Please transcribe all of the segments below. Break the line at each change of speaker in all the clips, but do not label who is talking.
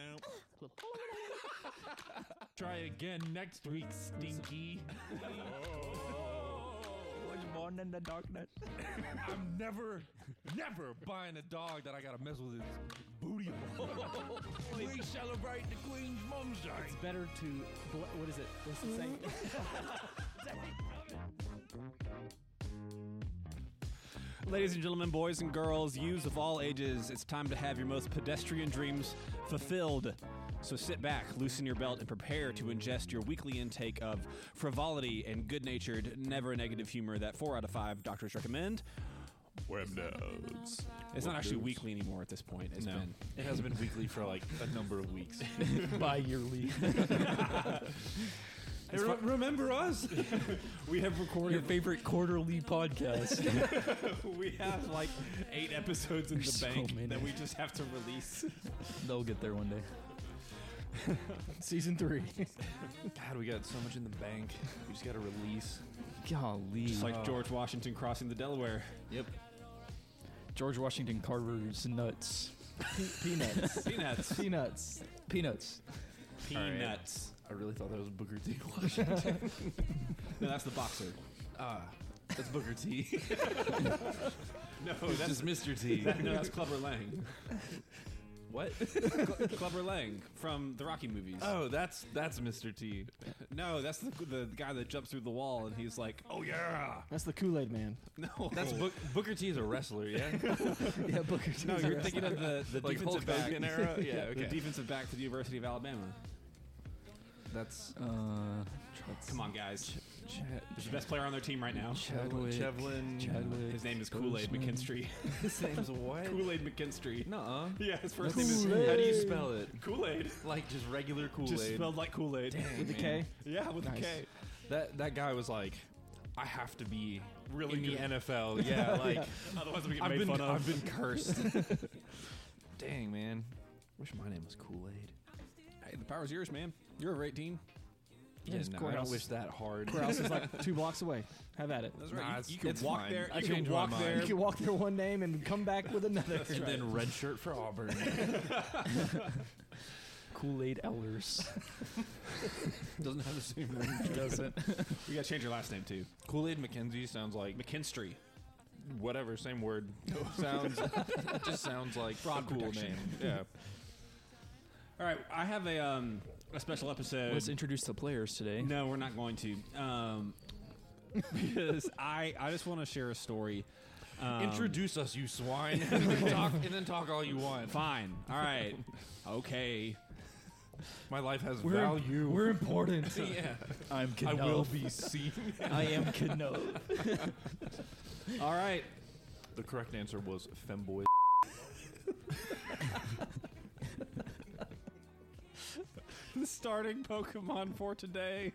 chocolate. Try again next week, stinky.
was born in the darkness.
I'm never, never buying a dog that I gotta mess with his booty hole. we celebrate the Queen's Mum's Day.
It's better to bl- what is it? What's it saying?
Ladies and gentlemen, boys and girls, youths of all ages, it's time to have your most pedestrian dreams fulfilled. So sit back, loosen your belt, and prepare to ingest your weekly intake of frivolity and good natured, never negative humor that four out of five doctors recommend. It's not actually weekly anymore at this point. It's been.
It hasn't been weekly for like a number of weeks.
Bi yearly.
remember us? we have
Your
recorded.
favorite quarterly podcast.
we have like eight episodes in the
There's so
bank
many.
that we just have to release.
They'll get there one day. Season three.
God, we got so much in the bank. We just gotta release.
Golly.
It's like George Washington crossing the Delaware.
Yep.
George Washington Carver's nuts. peanuts.
Peanuts.
Peanuts. Peanuts.
Peanuts.
I really thought that was Booker T. Washington.
No, that's the boxer.
Ah, that's Booker T.
No,
It's
that's
just Mr. T.
no, that's Clubber Lang.
what?
Clubber Lang from the Rocky movies.
Oh, that's that's Mr. T.
No, that's the, the guy that jumps through the wall and he's like, "Oh yeah."
That's the Kool Aid Man.
No,
That's Book, Booker T. is a wrestler, yeah.
Yeah, Booker T.
No, you're thinking of the the
like Hulk
defensive back.
Hogan era. Yeah, okay.
The defensive back for the University of Alabama.
that's
Uh,
Come on, guys.
Chad,
He's the best player on their team right now.
Chadwick.
Chevlin.
Chadwick.
His name is Kool Aid
Boseman.
McKinstry.
His name's what?
Kool Aid McKinstry.
Nuh-uh.
Yeah, his 1st name
Kool-Aid.
How do you spell it?
is Kool Aid.
Like just regular Kool-Aid.
Just spelled like Kool Aid.
With the K.
Yeah, with
Nice.
a K.
That that guy was like, I have to be
Really
in the
good.
NFL. Yeah, like
Otherwise, we get
I've
made
been
fun of.
I've been cursed. Dang man, wish my name was Kool Aid.
Hey, the power's yours, man. You're over 18.
Yeah, no, I don't wish that hard.
Courthouse is like two blocks away. Have at it.
That's
Nah,
right.
it's-
you, you can
it's
walk
fine.
there.
I
you can
changed my
walk
mind.
there.
You can walk there one name and come back with another.
And then red shirt for Auburn.
Kool Aid Ellers.
Doesn't have the same ring.
Doesn't.
we gotta change your last name too.
Kool Aid McKenzie sounds like
McKinstry.
whatever, same word. sounds just sounds like
Fraud
a cool
protection.
name. Yeah.
All right, I have a um, a special episode.
Let's introduce the players today.
no, we're not going to. Um, because I I just want to share a story. Um,
Introduce us, you swine, and then talk, and then talk all you want.
Fine. All right. Okay.
My life has value.
We're important.
yeah,
I'm
I
Kidno.
will be seen.
I am Kidno.
All right.
The correct answer was femboy.
The starting Pokemon for today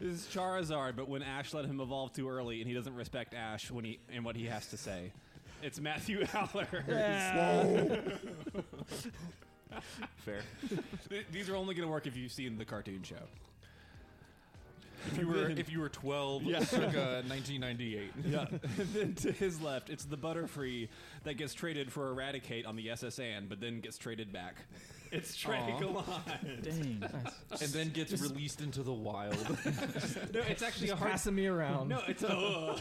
is Charizard, but when Ash let him evolve too early, and he doesn't respect Ash when he and what he has to say, it's Matthew Aller.
Fair.
Th- These are only going to work if you've seen the cartoon show.
If you were if you were twelve,
Yeah.
circa nineteen ninety eight.
Yeah. and then to his left, it's the Butterfree that gets traded for Eradicate on the SSN, but then gets traded back. It's Dragoline.
Dang.
and then gets released into the wild.
no, it's actually a heart.
Passing me around.
No, it's a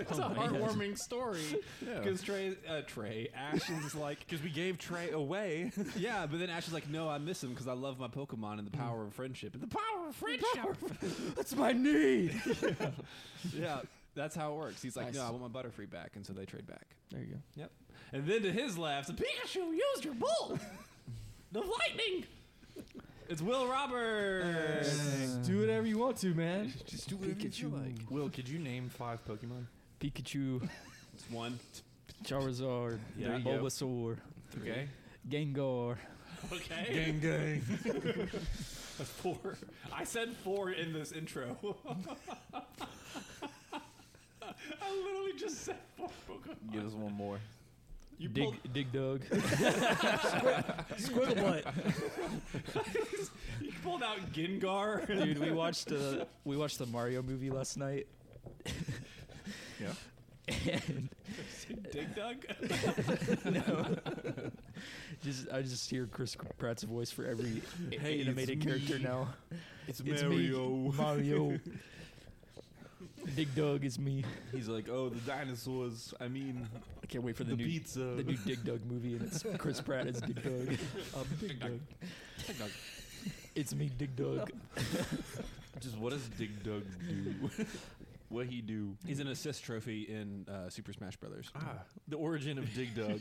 it's a
Oh,
heartwarming story
Yeah.
because Trey uh, Trey Ash is like
Because we gave Trey away.
yeah, but then Ash is like no, I miss him because I love my Pokemon and the power of friendship and the power of friendship.
That's my need.
yeah, that's how it works. He's like
Nice.
no, I want my Butterfree back, and so they trade back.
There you go.
Yep. And then to his left, Pikachu used your bolt, the lightning. It's Will Roberts.
Do whatever you want to, man.
Just do
whatever you feel like.
Will, could you name five Pokemon?
Pikachu,
It's one.
Charizard,
Yeah. There you go.
Bulbasaur,
Okay.
Gengar.
Okay.
Gang gang.
That's four. I said four in this intro. I literally just said four Pokemon.
Give us one more.
You
dig,
pulled,
dig Dug.
Squiggle butt.
you pulled out Gengar.
Dude, we watched the we watched the Mario movie last night,
Yeah.
and
Dig Dug.
no, Just, I just hear Chris Pratt's voice for every a-
Hey, it's
animated character
me.
now.
It's
It's me, Mario. Big Doug is me.
He's like, oh, the dinosaurs. I mean,
I can't wait for the,
the,
new
pizza.
the new Dig Dug movie, and it's Chris Pratt as Dig Dug.
Uh, big dog.
It's me, Dig Dug.
Just what does Dig Dug do? what he do?
He's an assist trophy in uh, Super Smash Brothers.
Ah, the origin of Dig Dug,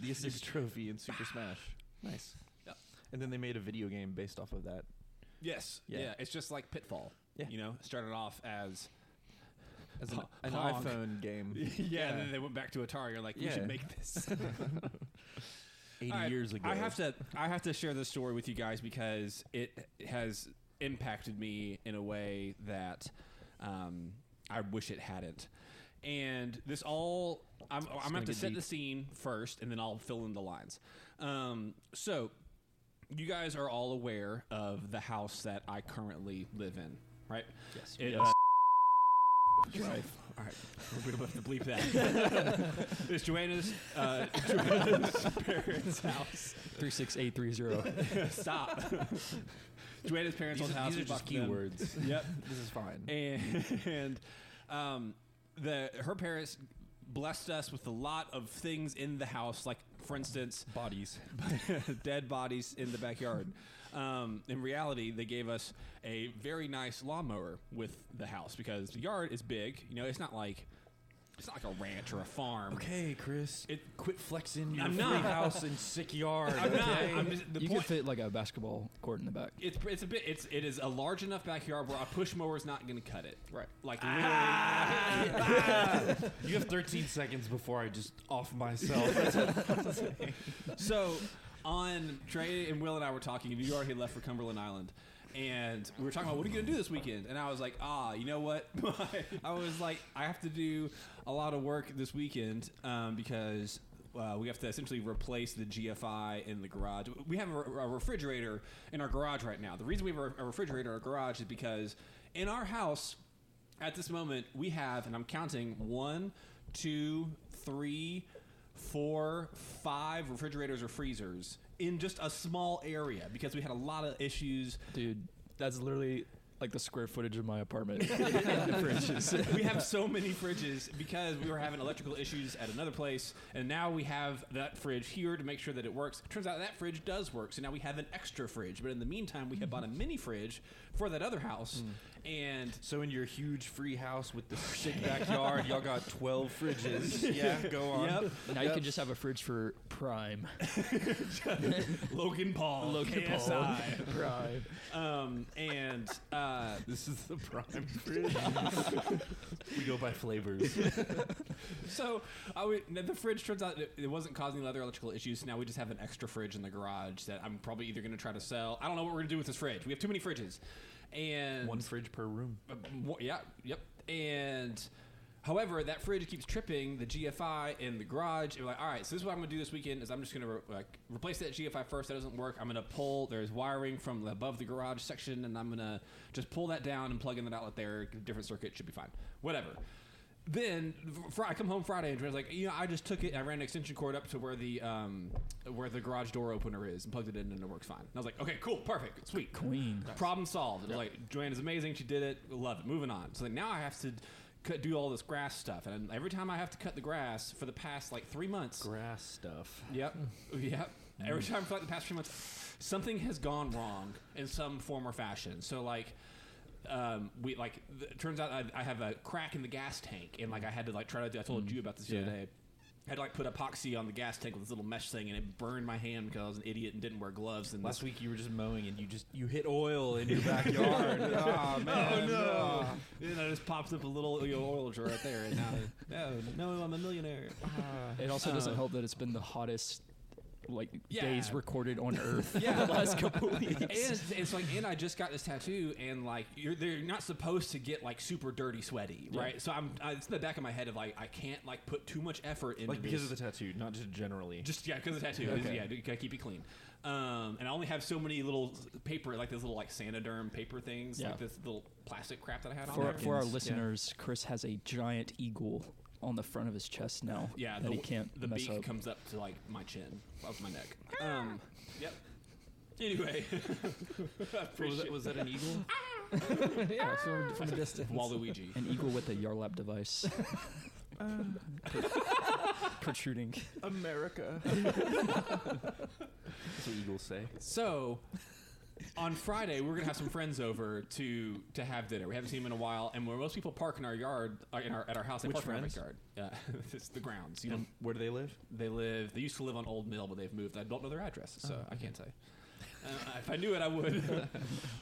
the assist trophy in Super Smash. Nice.
Yep.
And then they made a video game based off of that.
Yes. Yeah.
Yeah.
It's just like Pitfall.
Yeah.
You know, it started off as
As an,
Pong-
an
Pong.
iPhone game
yeah, and then they went back to Atari. You're like, we
Yeah.
should make this.
80
All right,
years ago.
I have to I have to share this story with you guys because it has impacted me in a way that um, I wish it hadn't. And this all I'm, I'm gonna have to
get
set
deep.
the scene first, and then I'll fill in the lines. Um, so you guys are all aware of the house that I currently live in, right?
Yes.
It,
Yes.
uh, All right, we're gonna have to bleep that. it's Joanna's, uh, Joanna's parents' house.
36830.
Stop. Joanna's parents'
These
old
are,
house.
these are
we
just
bought them.
keywords.
Yep.
this is fine.
And, and um, the her parents blessed us with a lot of things in the house, like for instance,
Bodies.
dead bodies in the backyard. Um, in reality, they gave us a very nice lawnmower with the house because the yard is big. You know, it's not like it's not like a ranch or a farm.
Okay, Chris.
It-
quit flexing your
I'm
free
not.
house and sick yard.
I'm not.
okay?
I'm just, the
You
point,
could fit like a basketball court in the back.
It's it's a bit it's it is a large enough backyard where a push mower is not going to cut it.
Right.
Like
you have 13 seconds before I just off myself.
literally. so on Trey and Will and I were talking, and you already had left for Cumberland Island. And we were talking about what are you going to do this weekend? And I was like, ah, you know what? I was like, I have to do a lot of work this weekend um, because uh, we have to essentially replace the GFI in the garage. We have a, a refrigerator in our garage right now. The reason we have a, a refrigerator in our garage is because in our house, At this moment, we have, and I'm counting one, two, three, four, five refrigerators or freezers in just a small area because we had a lot of issues.
Dude, that's literally like the square footage of my apartment. the fridge is-
we have so many fridges because we were having electrical issues at another place, and now we have that fridge here to make sure that it works. Turns out that fridge does work, so now we have an extra fridge. But in the meantime, we had bought a mini fridge for that other house, and
so in your huge free house with the sick backyard, y'all got 12 fridges. Yeah, go on.
Yep.
Now you can just have a fridge for Prime.
Logan Paul,
Logan Paul.
KSI.
Prime.
Um, and uh,
This is the prime fridge. we go by flavors.
so I would, now the fridge turns out it, it wasn't causing other electrical issues. Now we just have an extra fridge in the garage that I'm probably either going to try to sell. I don't know what we're going to do with this fridge. We have too many fridges. And
One fridge per room.
Uh, wha- yeah, yep. And however, that fridge keeps tripping the GFI in the garage. And we're like, all right, so this is what I'm gonna do this weekend is I'm just gonna re- like replace that GFI first. That doesn't work. I'm gonna pull. There's wiring from above the garage section, and I'm gonna just pull that down and plug in that outlet there. get a Different circuit should be fine. Whatever. Then fr- I come home Friday and Trent's like, you know, I just took it. and I ran an extension cord up to where the um, where the garage door opener is and plugged it in, and it works fine. And I was like, okay, cool, perfect, sweet,
Queen.
Problem solved. It was Like Joanne is amazing. She did it. Love it. Moving on. So like, now I have to cut, do all this grass stuff, and every time I have to cut the grass for the past like three months.
Grass stuff.
yep. Yep. Every time for like the past three months, something has gone wrong in some form or fashion. So like. Um, we like. Th- it turns out I, I have a crack in the gas tank, and like I had to like try to. do- I told you about this the other
Yeah.
day. I had to like put epoxy on the gas tank with this little mesh thing, and it burned my hand because I was an idiot and didn't wear gloves. And
Last week you were just mowing and you just you hit oil in your backyard. oh man.
no! You know, it just pops up a little you know, oil jar right there, and now, oh, no, no, I'm a millionaire.
It also doesn't help that it's been the hottest like
Yeah.
days recorded on Earth.
Yeah.
the last couple weeks.
and it's, it's like, and I just got this tattoo, and like, you're they're not supposed to get like super dirty, sweaty, right? So I'm, I, it's in the back of my head of like, I can't like put too much effort into
Like because
this.
of the tattoo, not just generally.
Just yeah, because of the tattoo.
Okay.
Yeah, you gotta keep it clean. Um, and I only have so many little s- paper, like those little like Sanoderm paper things,
Yeah.
like this little plastic crap that I had on
For,
there.
for our
Yeah.
listeners, Chris has a giant eagle
on the front of his chest now.
Yeah,
that
the,
he can't
the
mess
beak
up.
comes up to like my chin, up my neck. Um, yep. Anyway,
Was that, was that an eagle?
yeah, so from a distance.
Waluigi.
An eagle with a Yarlap device. protruding.
America. That's what eagles say.
So, on Friday, we're gonna have some friends over to to have dinner. We haven't seen them in a while, and where most people park in our yard, uh, in our at our house, they
Which
park
friends?
in our backyard. Uh, it's the grounds. You know,
And where do they live?
they live. They used to live on Old Mill, but they've moved. I don't know their address, so I can't say. Uh, if I knew it, I would.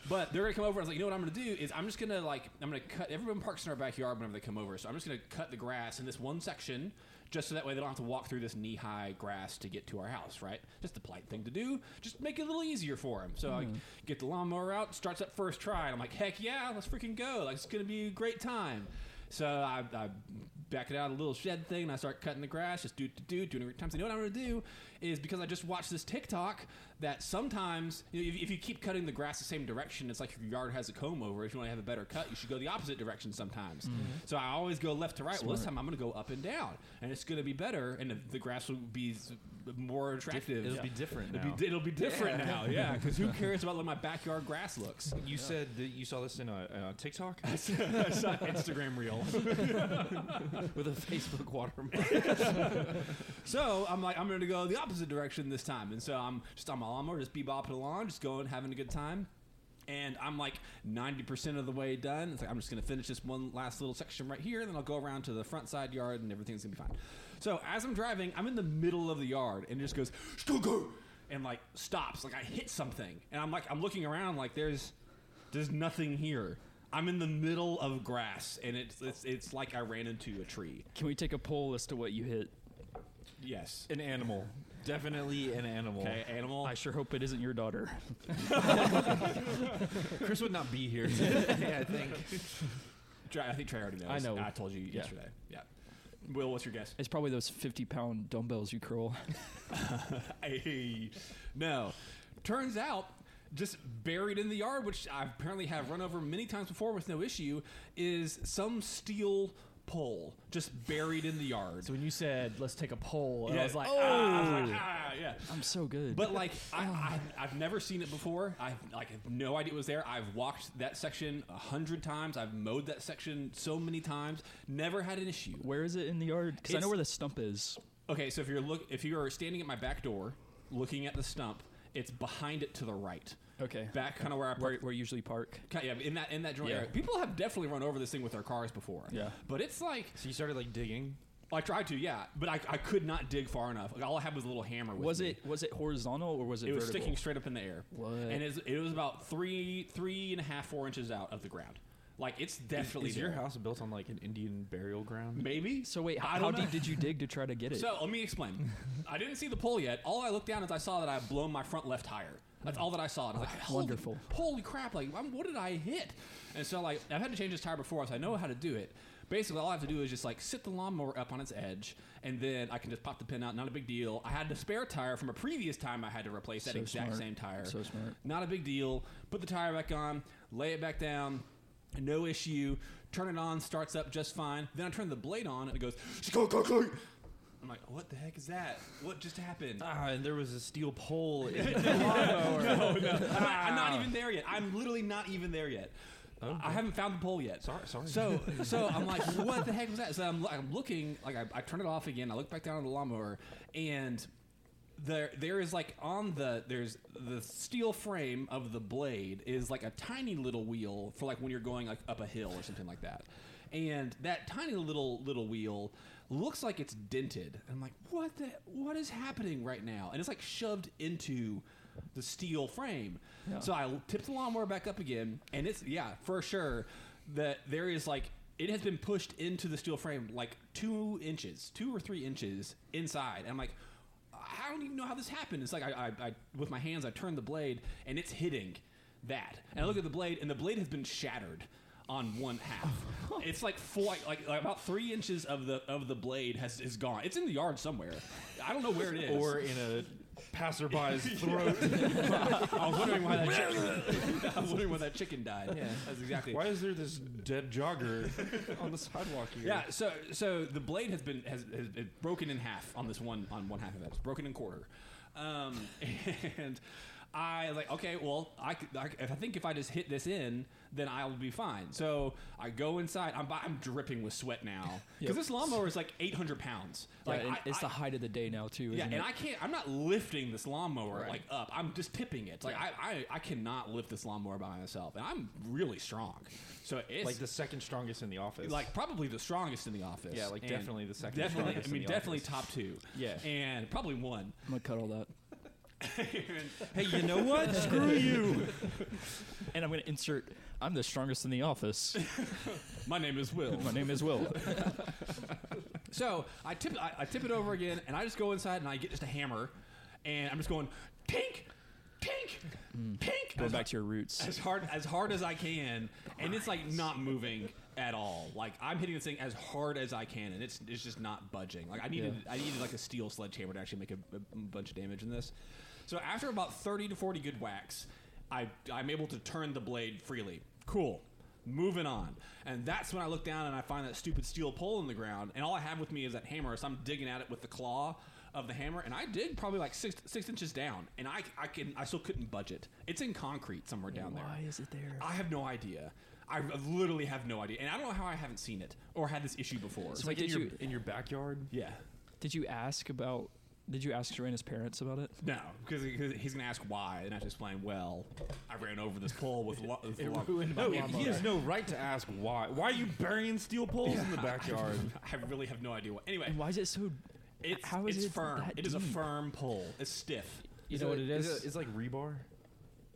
but they're gonna come over. I was like, you know what I'm gonna do is I'm just gonna like I'm gonna cut. Everyone parks in our backyard whenever they come over, so I'm just gonna cut the grass in this one section, just so that way they don't have to walk through this knee high grass to get to our house. Right? Just the polite thing to do. Just make it a little easier for them. So I get the lawnmower out. Starts at first try, and I'm like, heck yeah, let's freaking go! Like it's gonna be a great time. So I, I back it out a little shed thing, and I start cutting the grass, just do do do doing it times. You know what I'm gonna do is because I just watched this TikTok that sometimes you know, if, if you keep cutting the grass the same direction, it's like your yard has a comb over. If you want to have a better cut, you should go the opposite direction sometimes.
Mm-hmm.
So I always go left to right. Well, this time I'm gonna go up and down, and it's gonna be better, and the, the grass will be s- more attractive.
It'll be different now.
It'll be, it'll be different now, yeah. Because who cares about what my backyard grass looks?
you said that you saw this in a, uh, TikTok
It's not Instagram reel.
with a Facebook watermark.
So I'm like, I'm going to go the opposite direction this time. And so I'm just on my lawnmower, just bebopping along, just going, having a good time. And I'm like 90% of the way done. It's like, I'm just going to finish this one last little section right here, and then I'll go around to the front side yard, and everything's going to be fine. So as I'm driving, I'm in the middle of the yard, and it just goes, "Still go!" and like stops. Like I hit something. And I'm like, I'm looking around, like, there's there's nothing here. I'm in the middle of grass, and it's, it's, it's like I ran into a tree.
Can we take a poll as to what you hit?
Yes.
An animal. Definitely an animal.
Okay, animal.
I sure hope it isn't your daughter.
Chris would not be here. yeah, I think.
Dre- I think Trey already knows.
I know.
I told you yesterday. Yeah. Will, what's your guess?
It's probably those 50 pound dumbbells you curl.
Hey. No. Turns out, just buried in the yard, which I apparently have run over many times before with no issue, is some steel pole just buried in the yard.
So when you said let's take a poll,
Yeah.
I was like,
Ah, I was
"Oh."
like, ah, yeah.
I'm so good.
But like, I, I, I've never seen it before. I like have no idea it was there. I've walked that section a hundred times. I've mowed that section so many times. Never had an issue.
where is it in the yard? Because I
It's-
know where the stump is.
Okay, so if you're look if you are standing at my back door, looking at the stump, it's behind it to the right.
Okay.
Back kind of where I park.
Where, where you usually park.
ki- yeah, in that in that joint
Yeah.
area. People have definitely run over this thing with their cars before.
Yeah.
But it's like
So you started like digging.
I tried to, yeah, but I, I could not dig far enough. Like, all I had was a little hammer. With
Was
me.
it was it horizontal or was it,
It was
vertical?
sticking straight up in the air.
What?
And it's, it was about three three and a half four inches out of the ground. Like it's definitely
Is your
there.
house built on like an Indian burial ground?
Maybe.
So wait, how,
I
how
don't know.
deep did you dig to try to get it?
So let me explain. I didn't see the pole yet. All I looked down is I saw that I had blown my front left tire. That's all that I saw. And I was like, holy,
Ah, Wonderful.
Holy crap! Like, I'm- what did I hit? And so like I've had to change this tire before, so I know how to do it. Basically, all I have to do is just like sit the lawnmower up on its edge, and then I can just pop the pin out. Not a big deal. I had the spare tire from a previous time I had to replace that
So
exact
smart.
same tire.
So smart.
Not a big deal. Put the tire back on, lay it back down, no issue. Turn it on, starts up just fine. Then I turn the blade on, and it goes. I'm like, what the heck is that? What just happened?
Ah, and there was a steel pole.
I'm, not, I'm not even there yet. I'm literally not even there yet. I haven't found the pole yet.
Oh, Sorry- sorry.
So, so I'm like, what the heck was that? So I'm, I'm looking, like I, I turn it off again. I look back down at the lawnmower, and there, there is like on the there's the steel frame of the blade is like a tiny little wheel for like when you're going like up a hill or something like that. And that tiny little little wheel looks like it's dented. And I'm like, what the what is happening right now? And it's like shoved into the steel frame. So I tipped the lawnmower back up again, and it's yeah for sure that there is like it has been pushed into the steel frame like two inches, two or three inches inside. And I'm like, I don't even know how this happened. It's like I, I, I with my hands, I turn the blade, and it's hitting that. And I look at the blade, and the blade has been shattered on one half. It's like four, like, like, like about three inches of the of the blade has is gone. It's in the yard somewhere. I don't know where it is.
or in a passerby's throat.
I was wondering why that chicken, I was wondering why that chicken died. Yeah, that's exactly.
Why is there this dead jogger on the sidewalk here?
Yeah, so so the blade has been has, has been broken in half on this one on one half of it. It's broken in quarter, um, and I like okay, well I, could- I if I think if I just hit this in, then I'll be fine. So I go inside. I'm bu- I'm dripping with sweat now because
Yep.
this lawnmower is like 800 pounds. Like
and
I-
it's
I-
the height of the day now too.
yeah,
isn't
and
it?
I can't. I'm not lifting this lawnmower like up. I'm just tipping it. Like I, I, I cannot lift this lawnmower by myself, and I'm really strong. So it's
Like the second strongest in the office.
like probably the strongest in the office.
Yeah, like,
And
definitely the second
Definitely,
strongest
I
in
mean,
the
definitely
office.
top two.
Yeah.
and probably one.
I'm gonna cut all that,
hey, you know what? Screw you.
and I'm gonna insert. I'm the strongest in the office.
My name is Will.
My name is Will.
So I tip, I, I tip it over again, and I just go inside and I get just a hammer, and I'm just going tink, tink,
Hmm.
tink.
Go
as,
back to your roots.
as hard as hard as I can, and it's like not moving at all. Like I'm hitting this thing as hard as I can, and it's it's just not budging. Like I needed I needed like a steel sledgehammer to actually make a, a bunch of damage in this. So after about thirty to forty good whacks, I I'm able to turn the blade freely. Cool. Moving on, and that's when I look down and I find that stupid steel pole in the ground, and all I have with me is that hammer. So I'm digging at it with the claw of the hammer, and I dig probably like six six inches down, and I I can I still couldn't budge it. It's in concrete somewhere down there.
Why is it there?
I have no idea. I literally have no idea, and I don't know how I haven't seen it or had this issue before.
So
It's like in
did
your,
you
in your backyard.
yeah,
did you ask about? Did you ask Serena's parents about it?
no, because he's gonna ask why, and I have to explain. Well, I ran over this pole with, lo- with lo-
No, he has no right to ask why. Why are you burying steel poles in the backyard?
I really have no idea. What. Anyway,
And why is it so?
it's
how is
it's
it
firm.
that
It is a
deep?
firm pole. It's stiff.
You know what it is?
It's like rebar.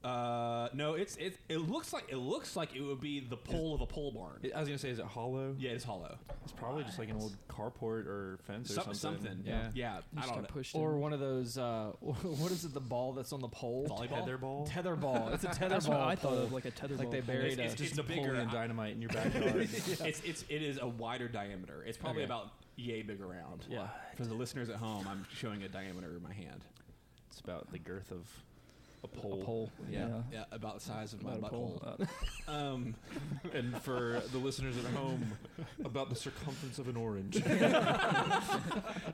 Uh, no, it's it. It looks like it looks like it would be the pole of a pole barn.
I was gonna say, is it hollow?
yeah, it's hollow.
It's probably just like an old carport or fence or
Some-
something.
something.
Yeah.
Yeah, I don't know.
pushed
Or one of those, uh, what is it, the ball that's on the pole?
Volleyball.
Tetherball.
Tether ball. It's a tether
That's
ball.
what I thought
pole.
of, like a tether
Like they
ball.
buried
It's-
a-
Just
the bigger-
Napoleon dynamite in your backyard.
it's it's it is a wider diameter. It's probably about yay big around.
Yeah.
For the listeners at home, I'm showing a diameter in my hand.
it's about the girth of a pole.
a pole. Yeah.
Yeah, about the size of my
About a pole.
butthole.
Uh,
Um,
And for the listeners at home, about the circumference of an orange.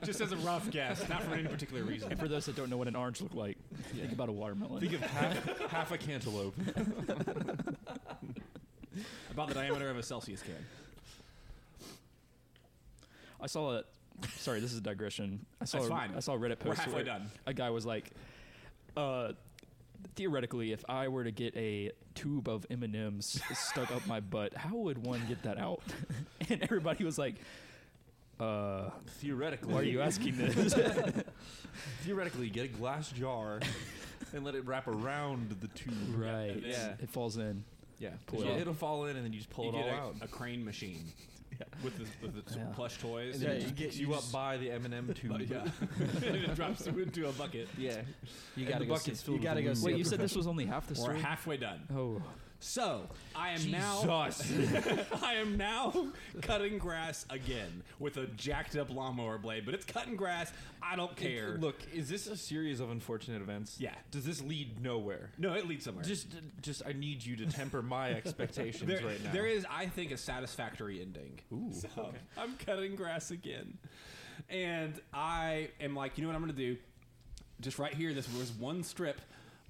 just as a rough guess, not for any particular reason.
and for those that don't know what an orange looked like, think about a watermelon.
Think of half, half a cantaloupe.
About the diameter of a Celsius can.
I saw a. Sorry, this is a digression. I saw.
That's
a-
fine.
I saw a Reddit post.
We're halfway
where
done.
A guy was like, uh, theoretically, if I were to get a tube of M and M's stuck up my butt, how would one get that out? and everybody was like, uh,
Theoretically,
why are you asking this?
theoretically get a glass jar and let it wrap around the tube.
right.
Yeah.
It falls in.
Yeah,
Pull it
Yeah,
out.
it'll fall in and then you just pull
you
it all
get a,
out.
a crane machine with the, with the
Yeah.
plush toys.
And then
Yeah,
it
you
gets
get- you
you up
just-
by the M&M tube.
yeah, it drops you into a bucket.
Yeah. You
the
gotta go
bucket's
see.
filled
You
with
gotta go
aluminum.
see.
Wait,
a
you said this was only half the
We're
story.
halfway done.
oh,
So I am now I am now cutting grass again with a jacked up lawnmower blade, but it's cutting grass. I don't care.
Look, is this a series of unfortunate events?
Yeah.
Does this lead nowhere?
no, it leads somewhere.
Just, just I need you to temper my expectations
there,
right now.
there is, I think, a satisfactory ending. Ooh. So I'm cutting grass again, and I am like, you know what I'm going to do? Just right here, this was one strip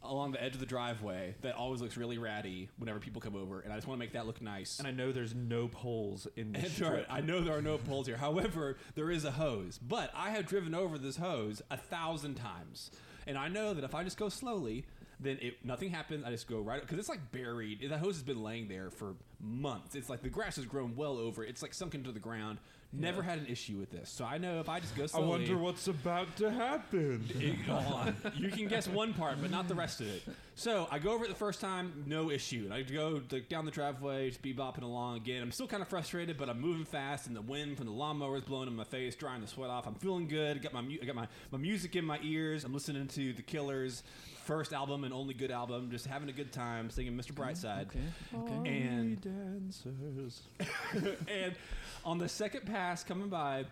along the edge of the driveway that always looks really ratty whenever people come over, and I just want to make that look nice.
and I know there's no poles in this.
And there are-
strip.
I know there are no poles here. However, there is a hose. But I have driven over this hose a thousand times, and I know that if I just go slowly, then it, nothing happens. I just go right because it's like buried. That hose has been laying there for months. It's like the grass has grown well over. it. It's like sunk into the ground. Never had an issue with this. So I know if I just go
I
slowly.
wonder what's about to happen.
It- go on. You can guess one part, but not the rest of it. So I go over it the first time, no issue. And I go like, down the driveway, just be bopping along again. I'm still kind of frustrated, but I'm moving fast, and the wind from the lawnmower is blowing in my face, drying the sweat off. I'm feeling good. I got my mu- I got my, my music in my ears. I'm listening to the Killers' first album and only good album. Just having a good time, singing Mr. Brightside.
okay.
And dancers. and on the second pass coming by,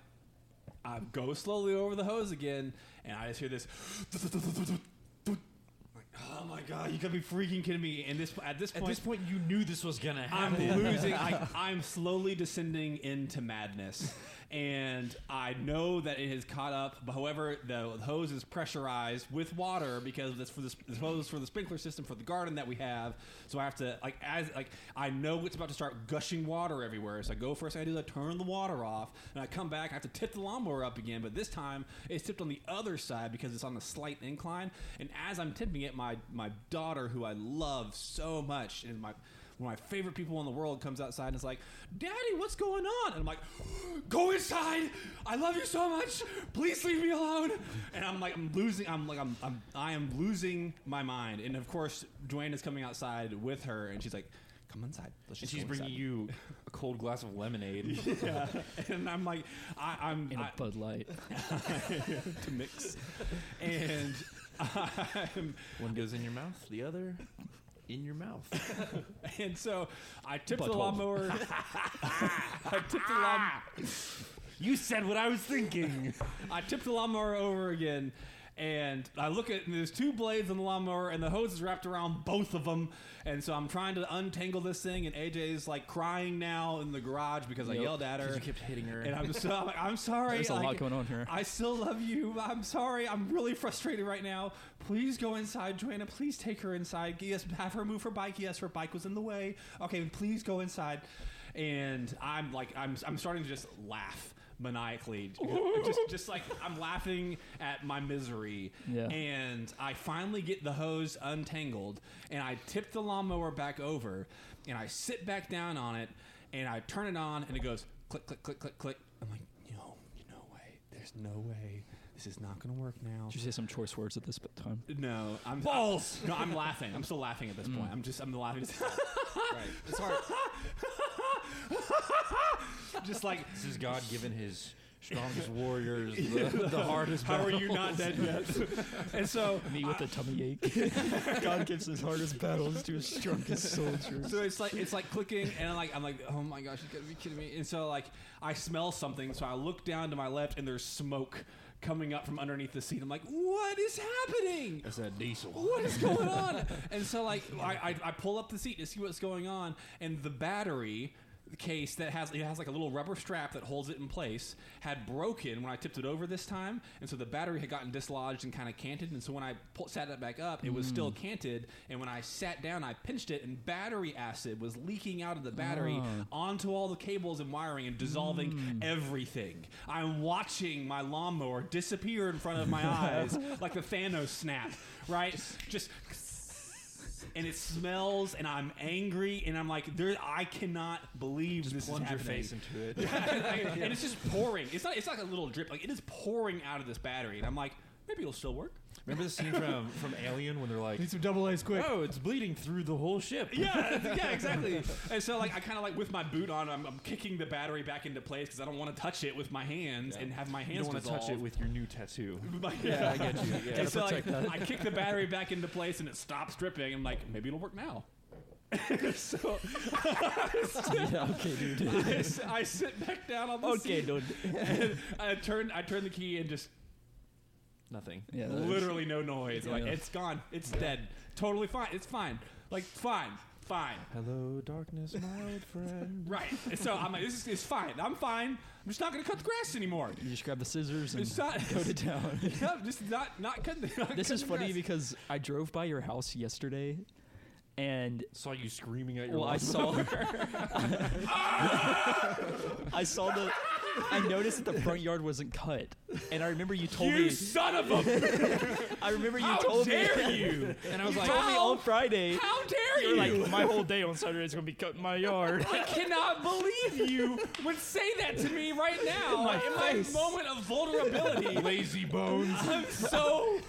I go slowly over the hose again, and I just hear this. Like, Oh my god! You gotta be freaking kidding me! And this at this point,
point, you knew this was gonna
I'm losing. I, I'm slowly descending into madness, and I know that it has caught up. But however, the hose is pressurized with water because that's for this, this hose is for the sprinkler system for the garden that we have. So I have to like as like I know it's about to start gushing water everywhere. So I go first. I do that. Turn the water off, and I come back. I have to tip the lawnmower up again, but this time it's tipped on the other side because it's on the slight incline. And as I'm tipping it, my my daughter, who I love so much, and my one of my favorite people in the world comes outside and is like, Daddy, what's going on? And I'm like, Go inside. I love you so much. Please leave me alone. And I'm like, I'm losing, I'm like, I'm, I'm I am losing my mind. And of course, Joanne is coming outside with her and she's like, Come inside. Let's
And
just
she's
go
bringing
inside."
you a cold glass of lemonade.
And I'm like, I, I'm,
in a
I,
Bud Light.
to mix. and I'm,
One goes in your mouth, the other in your mouth.
and so I tipped the
Butthole.
lawnmower. I tipped the lawn.
You said what I was thinking.
I tipped the lawnmower over again, and I look at and there's two blades on the lawnmower, and the hose is wrapped around both of them. And so I'm trying to untangle this thing, and AJ's like crying now in the garage because I yelled at her.
You kept hitting her.
And I'm so I'm, like, I'm sorry.
There's a
like,
lot going on here.
I still love you. I'm sorry. I'm really frustrated right now. Please go inside, Joanna. Please take her inside. Yes, have her move her bike. Yes, her bike was in the way. Okay, please go inside. And I'm like, I'm, I'm starting to just laugh maniacally. just, just like I'm laughing at my misery.
Yeah.
And I finally get the hose untangled, and I tip the lawnmower back over, and I sit back down on it, and I turn it on, and it goes click, click, click, click, click. I'm like, no, no way. There's no way. This is not going to work now.
Did you say some choice words at this time?
No, I'm balls. no, I'm laughing. I'm still laughing at this point. I'm just, I'm laughing.
Mm. it's hard.
just like,
This is God giving his strongest warriors the, the hardest.
how are you not dead yet? and so,
Me with a tummy ache. God gives his hardest battles to his strongest soldiers.
so it's like, it's like clicking, and I'm like, I'm like, oh my gosh, you gotta be kidding me. And so, like, I smell something, so I look down to my left, and there's smoke coming up from underneath the seat. I'm like, what is happening?
That's that diesel.
what is going on? And so, like, I, I, I pull up the seat to see what's going on, and the battery case that has it has like a little rubber strap that holds it in place had broken when I tipped it over this time, and so the battery had gotten dislodged and kind of canted, and so when I pull, sat it back up, it was still canted, and when I sat down, I pinched it, and battery acid was leaking out of the battery onto all the cables and wiring and dissolving everything. I'm watching my lawnmower disappear in front of my eyes like the Thanos snap, right? Just. And it smells, and I'm angry, and I'm like, "There, I cannot believe this
Plunge
is
your
happening."
face into it.
and it's just pouring. It's not. It's like a little drip. Like it is pouring out of this battery, and I'm like, "Maybe it'll still work."
Remember the scene from, from Alien when they're like,
Need some double A's quick.
"Oh, it's bleeding through the whole ship."
Yeah, yeah, exactly. And so, like, I kind of like with my boot on, I'm, I'm kicking the battery back into place because I don't want to touch it with my hands and have my
You
hands
don't want to
dissolve.
touch it with your new tattoo.
My- yeah, I get you.
Gotta
And so, like,
protect that.
I kick the battery back into place and it stops dripping. I'm like, maybe it'll work now. so
yeah, okay, dude.
I, s- I sit back down on the
Okay,
seat.
dude.
and I turn, I turn the key and just
Nothing.
Yeah, that is-
literally no noise. Like
Yeah.
it's gone. It's dead. Totally fine. It's fine. Like fine, fine.
Hello, darkness, my old friend.
Right. And so I'm like, this is it's fine. I'm fine. I'm just not gonna cut the grass anymore.
You just grab the scissors and
It's not.
go to town.
Yeah, just not not cutting. the- Not
this
cutting
is
the grass.
funny because I drove by your house yesterday, and
Saw you screaming at your.
well, I saw. I saw the. I noticed that the front yard wasn't cut, and I remember you told
you
me.
son of a.
I remember you
How
told
dare
me.
you?
And I was
You
like, told me
how-
on Friday.
How dare
You were
you?
like, my whole day on Saturday is gonna be cutting my yard.
I cannot believe you would say that to me right now in my, moment of vulnerability. Lazy bones. I'm so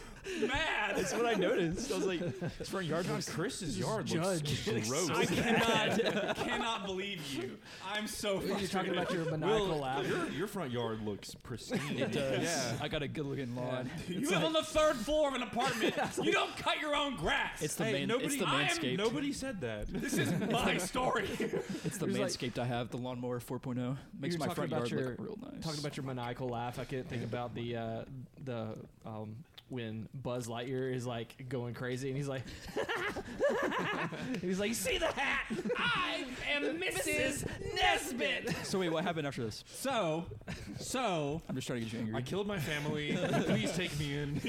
mad.
That's what I noticed. I was like, it's for yard. Chris's yard
Judge.
gross.
I cannot, cannot believe you. I'm so
You're
frustrated.
talking about your maniacal laugh.
Your, your front yard looks pristine.
It does. I got a good looking lawn.
You live on the third floor of an apartment. You don't cut your own grass.
It's the
Hey,
man.
nobody,
it's the
I am-
manscaped.
nobody said that.
this is my story.
It's the
There's like-
manscaped I have. The lawnmower 4.0 makes
You're
my
talking
front
about
yard
your-
look real nice.
Talking about your maniacal laugh, I can't think about the uh, the um, when Buzz Lightyear is like going crazy and he's like, he's like, see the hat? I am Mrs. Nesbit.
so wait, what happened after this?
So, so
I'm just trying to get you angry.
I killed my family. Please take me in.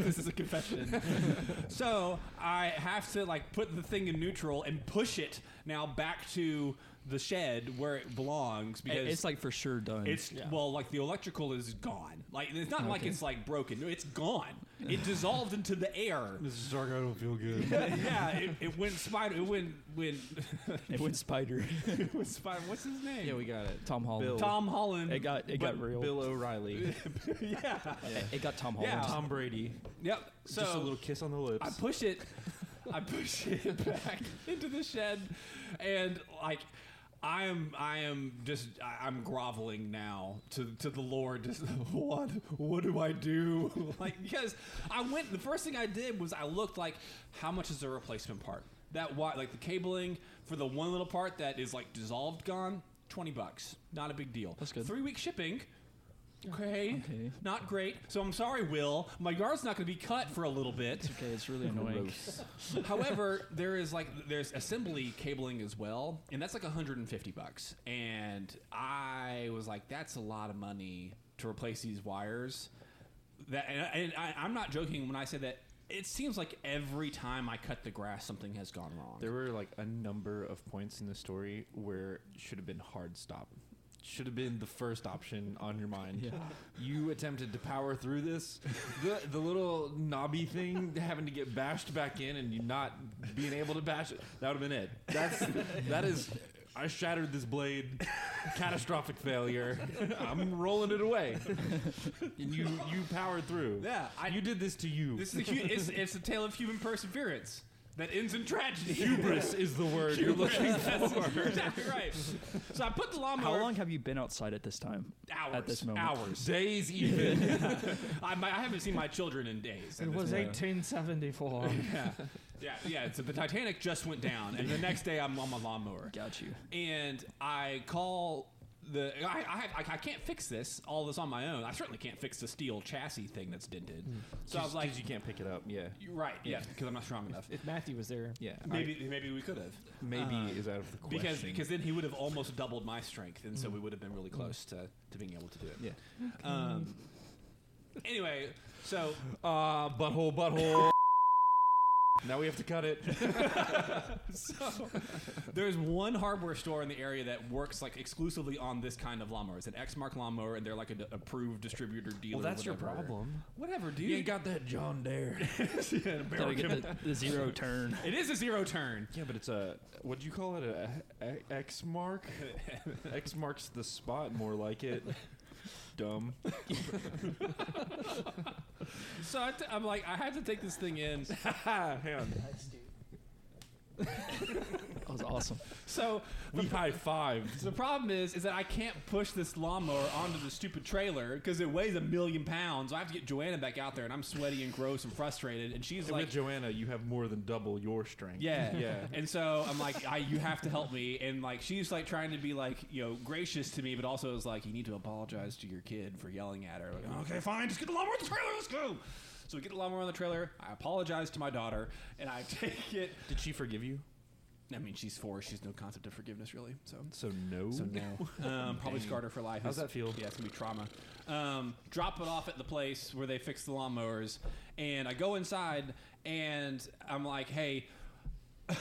this is a confession. so I have to like put the thing in neutral and push it now back to the shed where it belongs
I-
because
it's like for sure done.
It's well, like the electrical is gone. Like it's not like it's like broken. No, it's gone. It dissolved into the air.
This is dark. I don't feel good.
yeah, it, it went spider. It went when
it went spider.
it was spider. What's his name?
we got it.
Tom Holland.
Bill.
Tom Holland.
It got it got real.
Bill O'Reilly.
yeah.
It got Tom
Yeah.
Holland.
Tom Brady.
Yep. So
Just a little kiss on the lips.
I push it. I push it back into the shed, and like. I am, I am just, I- I'm groveling now to, to the Lord. Just what, what do I do? Like because I went, the first thing I did was I looked like, how much is the replacement part? That why, like the cabling for the one little part that is like dissolved, gone, twenty bucks. Not a big deal.
That's good.
Three week shipping. Okay.
Okay.
Not great. So I'm sorry, Will. My yard's not going to be cut for a little bit.
Okay, it's really annoying.
However, there is like there's assembly cabling as well, and that's like 150 bucks. And I was like, that's a lot of money to replace these wires. That and, and I, I'm not joking when I say that. It seems like every time I cut the grass, something has gone wrong.
There were like a number of points in the story where should have been hard stop. Should have been the first option on your mind. You attempted to power through this. The the little knobby thing having to get bashed back in and you not being able to bash it. That would have been it. That's that is I shattered this blade. Catastrophic failure. I'm rolling it away. And you you powered through.
Yeah, I-
you did this to you.
This is a hu- it's, it's a tale of human perseverance that ends in tragedy.
hubris is the word you're looking
That's exactly right. So I put the lawnmower.
How long have you been outside at this time?
Hours.
at this moment?
Hours.
Days even.
I, my, I haven't seen my children in days.
It was 1874.
Yeah. yeah, yeah. So the Titanic just went down, and the next day I'm on my lawnmower.
Got you.
And I call the I I, have, I I can't fix this all this on my own. I certainly can't fix the steel chassis thing that's dented. So I was like,
you can't pick it up. Yeah.
"You're right, yeah, because I'm not strong enough.
If Matthew was there,
Yeah.
Maybe maybe we could have.
maybe is out of the question.
Uh, Because, because then he would have almost doubled my strength, and so we would have been really
Hmm.
close to, to being able to do it.
Yeah.
Um, anyway, so
uh, butthole, butthole. now we have to cut it.
So, there's one hardware store in the area that works like exclusively on this kind of lawnmower. It's an Xmark lawnmower, and they're like an approved distributor dealer. whatever. Whatever, dude.
You ain't got that John Dare.
Gotta get the, the zero turn.
it is a zero turn.
yeah, but it's a what do you call it? A, a- X mark. X marks the spot, more like it. Dumb.
So I t- I'm like, I have to take this thing in.
Ah, hang on.
That was awesome.
So
We high five.
the problem is, is that I can't push this lawnmower onto the stupid trailer because it weighs a million pounds. I have to get Joanna back out there, and I'm sweaty and gross and frustrated, and she's like,
With Joanna, you have more than double your strength.
Yeah,
Yeah.
And so I'm like, I, you have to help me. And like, she's like trying to be like, you know, gracious to me, but also is like, you need to apologize to your kid for yelling at her. Like, okay, fine, just get the lawnmower on the trailer. Let's go. So we get the lawnmower on the trailer. I apologize to my daughter, and I take it.
Did she forgive you?
I mean, she's four. She's no concept of forgiveness, really. So,
So no. So no.
um, probably scarred her for life.
How's that feel?
Yeah, it's gonna be trauma. Um, drop it off at the place where they fix the lawnmowers, and I go inside, and I'm like, hey.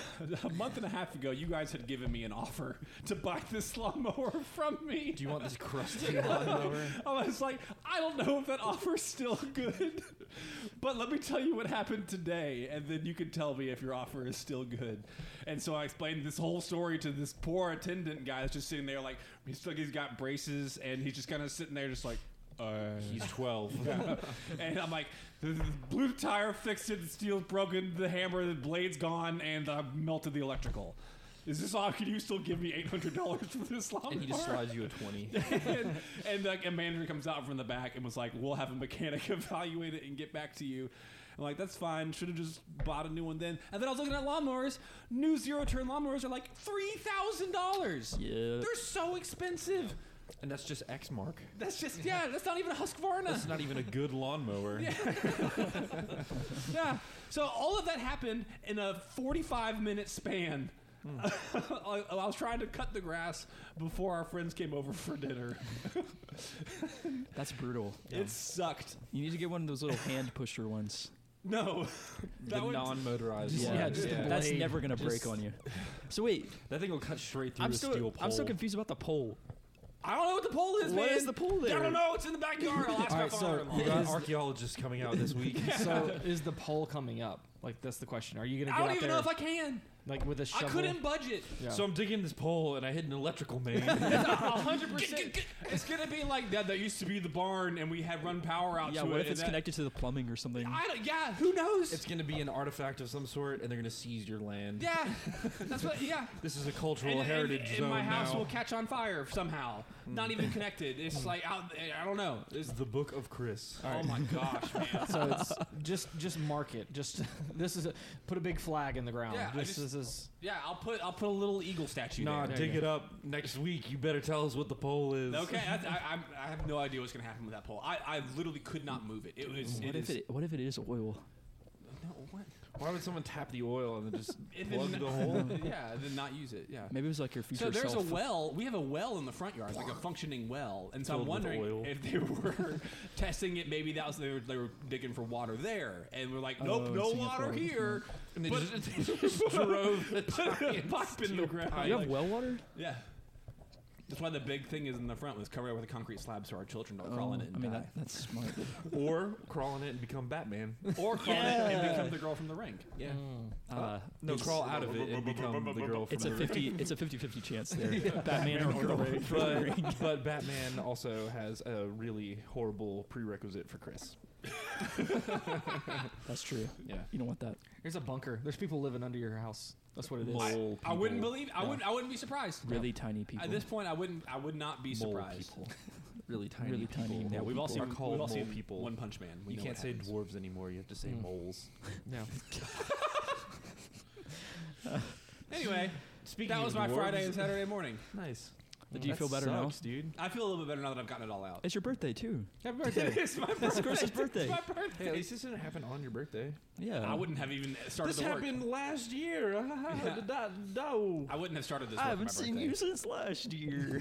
a month and a half ago, you guys had given me an offer to buy this lawnmower from me.
Do you want this crusty lawnmower?
I was like, I don't know if that offer's still good, but let me tell you what happened today, and then you can tell me if your offer is still good. And so I explained this whole story to this poor attendant guy that's just sitting there, like he's like he's got braces, and he's just kind of sitting there, just like.
He's
12.
and I'm like, the the blue tire fixed it, the steel's broken, the hammer, the blade's gone, and I melted the electrical. Is this all? Can you still give me eight hundred dollars for this
and
lawnmower?
he just slides you a twenty.
and, and like a manager comes out from the back and was like, "We'll have a mechanic evaluate it and get back to you." I'm like, "That's fine. Should have just bought a new one then." And then I was looking at lawnmowers. New zero turn lawnmowers are like three thousand dollars.
Yeah.
They're so expensive.
and that's just X mark.
That's just yeah. That's not even a Husqvarna.
That's not even a good lawnmower.
yeah. So all of that happened in a 45 minute span.
Hmm.
I, I was trying to cut the grass before our friends came over for dinner.
That's brutal.
It sucked.
You need to get one of those little hand pusher ones.
No, that
the
would
non-motorized.
Just-
one.
yeah, just a
Yeah.
that's
blade.
never gonna break
Just-
on you. So wait,
that thing will cut straight through
I'm
a steel
still
pole.
I'm still confused about the pole.
I don't know what the pole is.
What
man.
is the pole there?
I don't know. It's in the backyard. I'll ask
All
my
right, so-
father-in-law.
We got archaeologists coming out this week.
so is the poll coming up? Like that's the question. Are you gonna get
I don't
out
even
there
know if I can.
like with a shovel?
I couldn't budget.
Yeah.
So I'm digging this pole and I hit an electrical main.
Hundred percent. It's gonna be like that. That used to be the barn, and we had run power out
Yeah,
to
what
it.
if
and
it's
that-
connected to the plumbing or something?
I don't. Yeah, who knows?
it's going to be an artifact of some sort, and they're going to seize your land.
yeah, that's what. Yeah.
This is a cultural
and,
heritage
and,
zone
and my house
now.
will catch on fire somehow. Not even connected. It's just like out, I don't know. It's,
It's the book of Chris.
Oh my gosh, man!
So it's just just mark it. Just this is a, put a big flag in the ground.
Yeah, I
this, this
just-
is
Yeah, I'll put I'll put a little eagle statue.
Nah,
there.
you
dig
go.
it up next week. You better tell us what the poll is.
Okay, that's, I, I'm, I have no idea what's gonna happen with that pole. I, I literally could not move it. It was.
what
it
if
is-
it What if it is oil?
No, what?
Why would someone tap the oil and then just
If it
plug
n-
the hole?
yeah, then not use it. Yeah.
Maybe it was like your future
So there's a
self.
well. We have a well in the front yard, like a functioning well, and so I'm
Filled with
wondering
oil.
if they were testing it. Maybe that was they were, they were digging for water there, and we're like, nope,
Oh,
no
it's in your
water
phone.
here.
And they
But-
just, just drove the giant
Pipe in the
steel
ground.
pipe.
you have well water?
Yeah. That's why the big thing is in the front was cover it with a concrete slab so our children don't crawl in
Oh,
it and
I mean,
die.
that, that's smart.
Or crawl in it and become Batman.
Or crawl in it and become the girl from the ring. Yeah.
mm.
Uh,
No,
it's-
crawl out of it and become the girl from
It's a
the
50 it's a 50-50 chance there. Batman or girl.
but, but Batman also has a really horrible prerequisite for Chris.
That's true.
Yeah.
You don't want that.
here's a bunker. There's people living under your house. That's what it is.
I,
Mole
I wouldn't
people.
believe I wouldn't I wouldn't be surprised.
Really tiny people.
At this point I wouldn't I would not be
Mole
surprised.
people. Really tiny
Really
people.
tiny
Yeah,
mole
we've all
people.
seen,
Are
we've
called
all
mole
seen people.
One punch man. We
you
know
can't
what
say
happens.
dwarves anymore. You have to say
Mm.
moles.
Yeah.
Anyway,
Speaking
that
of
was my
dwarves-
Friday and Saturday morning.
Nice.
Do you
That
feel better
sucks,
now?
dude?
I feel a little bit better now that I've gotten it all out.
It's your birthday too.
Happy birthday.
It's my birthday.
Chris's birthday.
It's my
Hey, at
birthday.
least this didn't happen on your birthday.
Yeah.
I wouldn't have even started
This
the work.
happened last year.
Yeah.
Da- oh. no.
I wouldn't have started this.
I
work
haven't
on my
seen
birthday.
you since last year.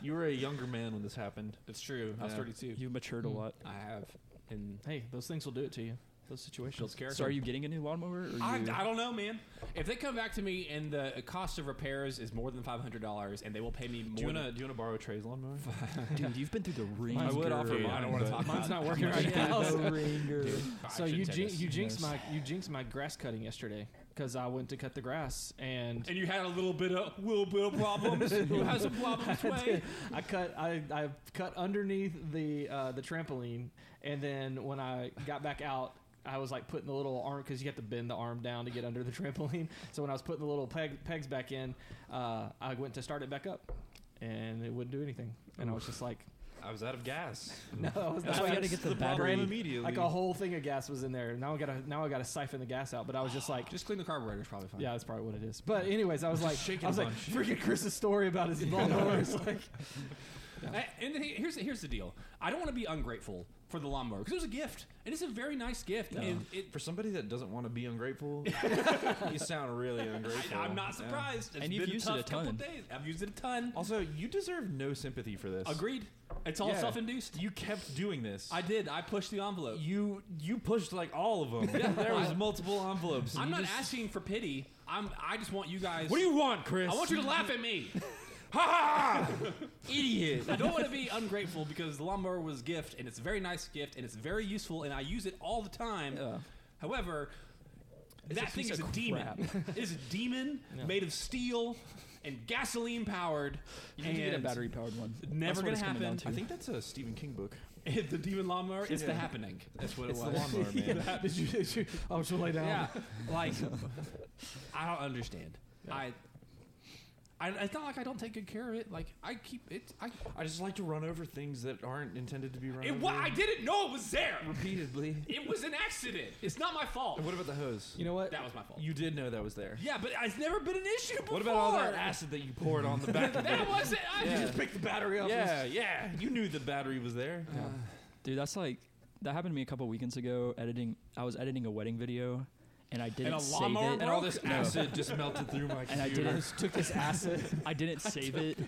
You were a younger man when this happened.
It's Hmm. true. I was
Yeah.
32.
You've matured a
Mm.
lot.
I have. And
hey, those things will do it to you. Those
builds
situations.
character.
So are you getting a new lawnmower? Or you,
I, I don't know, man. If they come back to me and the cost of repairs is more than five hundred dollars, and they will pay me more.
Do you
than-
wanna do you wanna borrow Trey's lawnmower?
dude, you've been through the ringer.
I would offer
Dude,
mine.
I don't want to
but-
talk.
Mine's
about
not
it.
working right
Yeah,
now.
the ringer.
I
So
shouldn't
you
say
jin-
this.
you jinxed
Yes.
my you jinxed my grass cutting yesterday because I went to cut the grass and
and you had a little bit of little bit of problems. Who has a problem way?
I cut I, I cut underneath the uh, the trampoline, and then when I got back out, I was like putting the little arm because you have to bend the arm down to get under the trampoline. So when I was putting the little peg, pegs back in, uh, I went to start it back up, and it wouldn't do anything. And I was just like,
I was out of gas.
no, I was
That's
not.
why you had to get the
Problem
battery.
immediately.
Like a whole thing of gas was in there. Now I gotta now I gotta siphon the gas out. But I was just like,
Just clean the carburetor is probably fine.
yeah, that's probably what it is. But anyways, I was like,
shake it
I was
a
like, freaking Chris's story about his lawnmower is like,
A- And he- here's here's the deal. I don't want to be ungrateful for the lawnmower because it was a gift, and it's a very nice gift. And it,
For somebody that doesn't want to be ungrateful, you sound really ungrateful.
I, am not
Yeah.
surprised. It's
And you've
been
used
a tough
it a ton.
couple days. I've used it a ton.
Also, you deserve no sympathy for this.
Agreed. It's all
Yeah.
self-induced.
You kept doing this.
I did. I pushed the envelope.
you you pushed like all of them. there was multiple envelopes.
I'm
You
not
just-
asking for pity. I'm. I just want you guys.
What do you want, Chris?
I want you to laugh at me.
Ha ha! Idiot.
I don't want to be ungrateful because the lawnmower was a gift, and it's a very nice gift, and it's very useful, and I use it all the time. However, that
a
thing
piece
is a
of
demon. it is a demon made of steel. and gasoline powered.
You need to get a
and
battery powered one.
Never
That's what
gonna
it's coming down
happen.
to.
I think that's a Stephen King book.
the demon lawnmower. It's the happening.
That's what it
It's the
was.
lawnmower man.
did, you, did you? Oh, should I lay down.
Yeah, like I don't understand. I, I, it's not like I don't take good care of it. Like I keep it. I,
I just like to run over things that aren't intended to be run
it
over
wa- I didn't know it was there.
repeatedly.
It was an accident. It's not my fault.
And what about the hose?
You know what?
That was my fault.
You did know that was there.
Yeah, but it's never been an issue before.
What about all that acid that you poured on the back? of
That
it?
wasn't. I
Yeah.
just picked the battery up.
Yeah, yeah. You knew the battery was there.
Dude, that's like that happened to me a couple weekends ago. Editing, I was editing a wedding video, and I didn't save
lawnmower
it.
broke?
And all this
No.
acid just melted through my
And I
computer.
didn't took this acid. I didn't save it,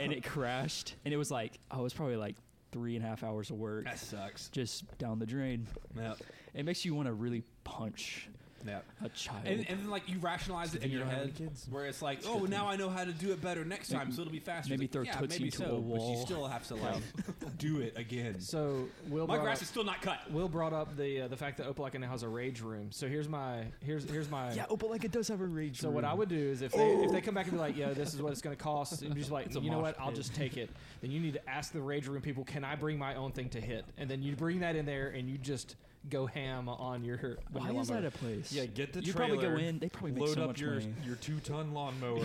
and it crashed. And it was like I was probably like three and a half hours of work
That sucks.
just down the drain.
Yep.
It makes you want to really punch
Yep.
a child.
And, and then like you rationalize it in your head, where it's like, oh, now I know how to do it better next time, so it'll be faster.
maybe
It's
throw
like, yeah,
Tootsie
maybe
to
so,
a
but you
wall.
still have to like do it again.
So Will
My
brought
grass
up,
is still not cut.
Will brought up the uh, the fact that Opelika now has a rage room. So here's my here's here's my
yeah, oh, but like it does have a rage.
So what I would do is if they if they come back and be like, "Yo, this is what it's going to cost," and you're just like, "You know what? I'll just take it." Then you need to ask the rage room people, "Can I bring my own thing to hit?" And then you bring that in there and you just go ham on your. on
Why
your
is that
lawnmower.
a place?
Yeah, get the
You
trailer.
probably go in. They probably make
load
so
up
much
your
money.
your two ton lawnmower.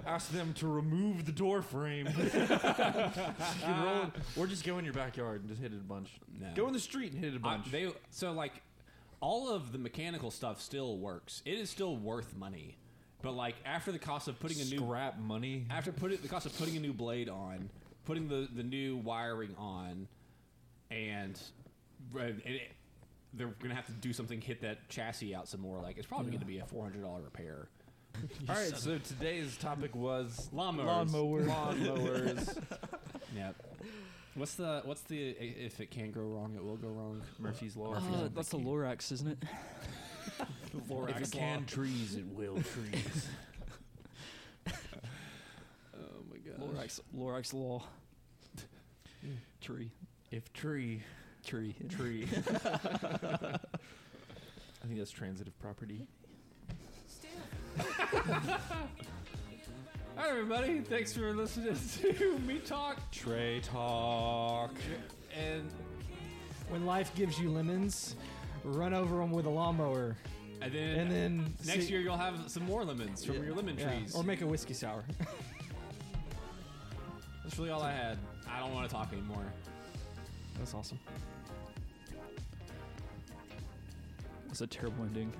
Ask them to remove the door frame. you can roll it, or just go in your backyard and just hit it a bunch.
No.
Go in the street and hit it a
Uh,
bunch.
they so like all of the mechanical stuff still works. It is still worth money, but like after the cost of putting a new
Scrap money.
after put it, the cost of putting a new blade on, putting the the new wiring on, and, uh, and it- they're gonna have to do something hit that chassis out some more. Like it's probably gonna be a four hundred dollar repair.
All right, so today's topic was
Lawnmowers.
lawnmowers. Lawnmowers.
Yep. What's the what's the i- if it can go wrong, it will go wrong.
Murphy's law.
Oh, that's the Lorax, isn't it?
if it can trees, it will trees.
Oh my god.
Lorax, Lorax law. Tree,
if tree,
tree,
tree. I think that's transitive property.
All right, everybody. Thanks for listening to Me Talk. Trey Talk. And
When life gives you lemons, run over them with a lawnmower,
and then,
and then
next
see-
year you'll have some more lemons from your lemon
yeah,
trees.
or make a whiskey sour.
That's really all I had. I don't want to talk anymore.
That's awesome.
That's a terrible ending.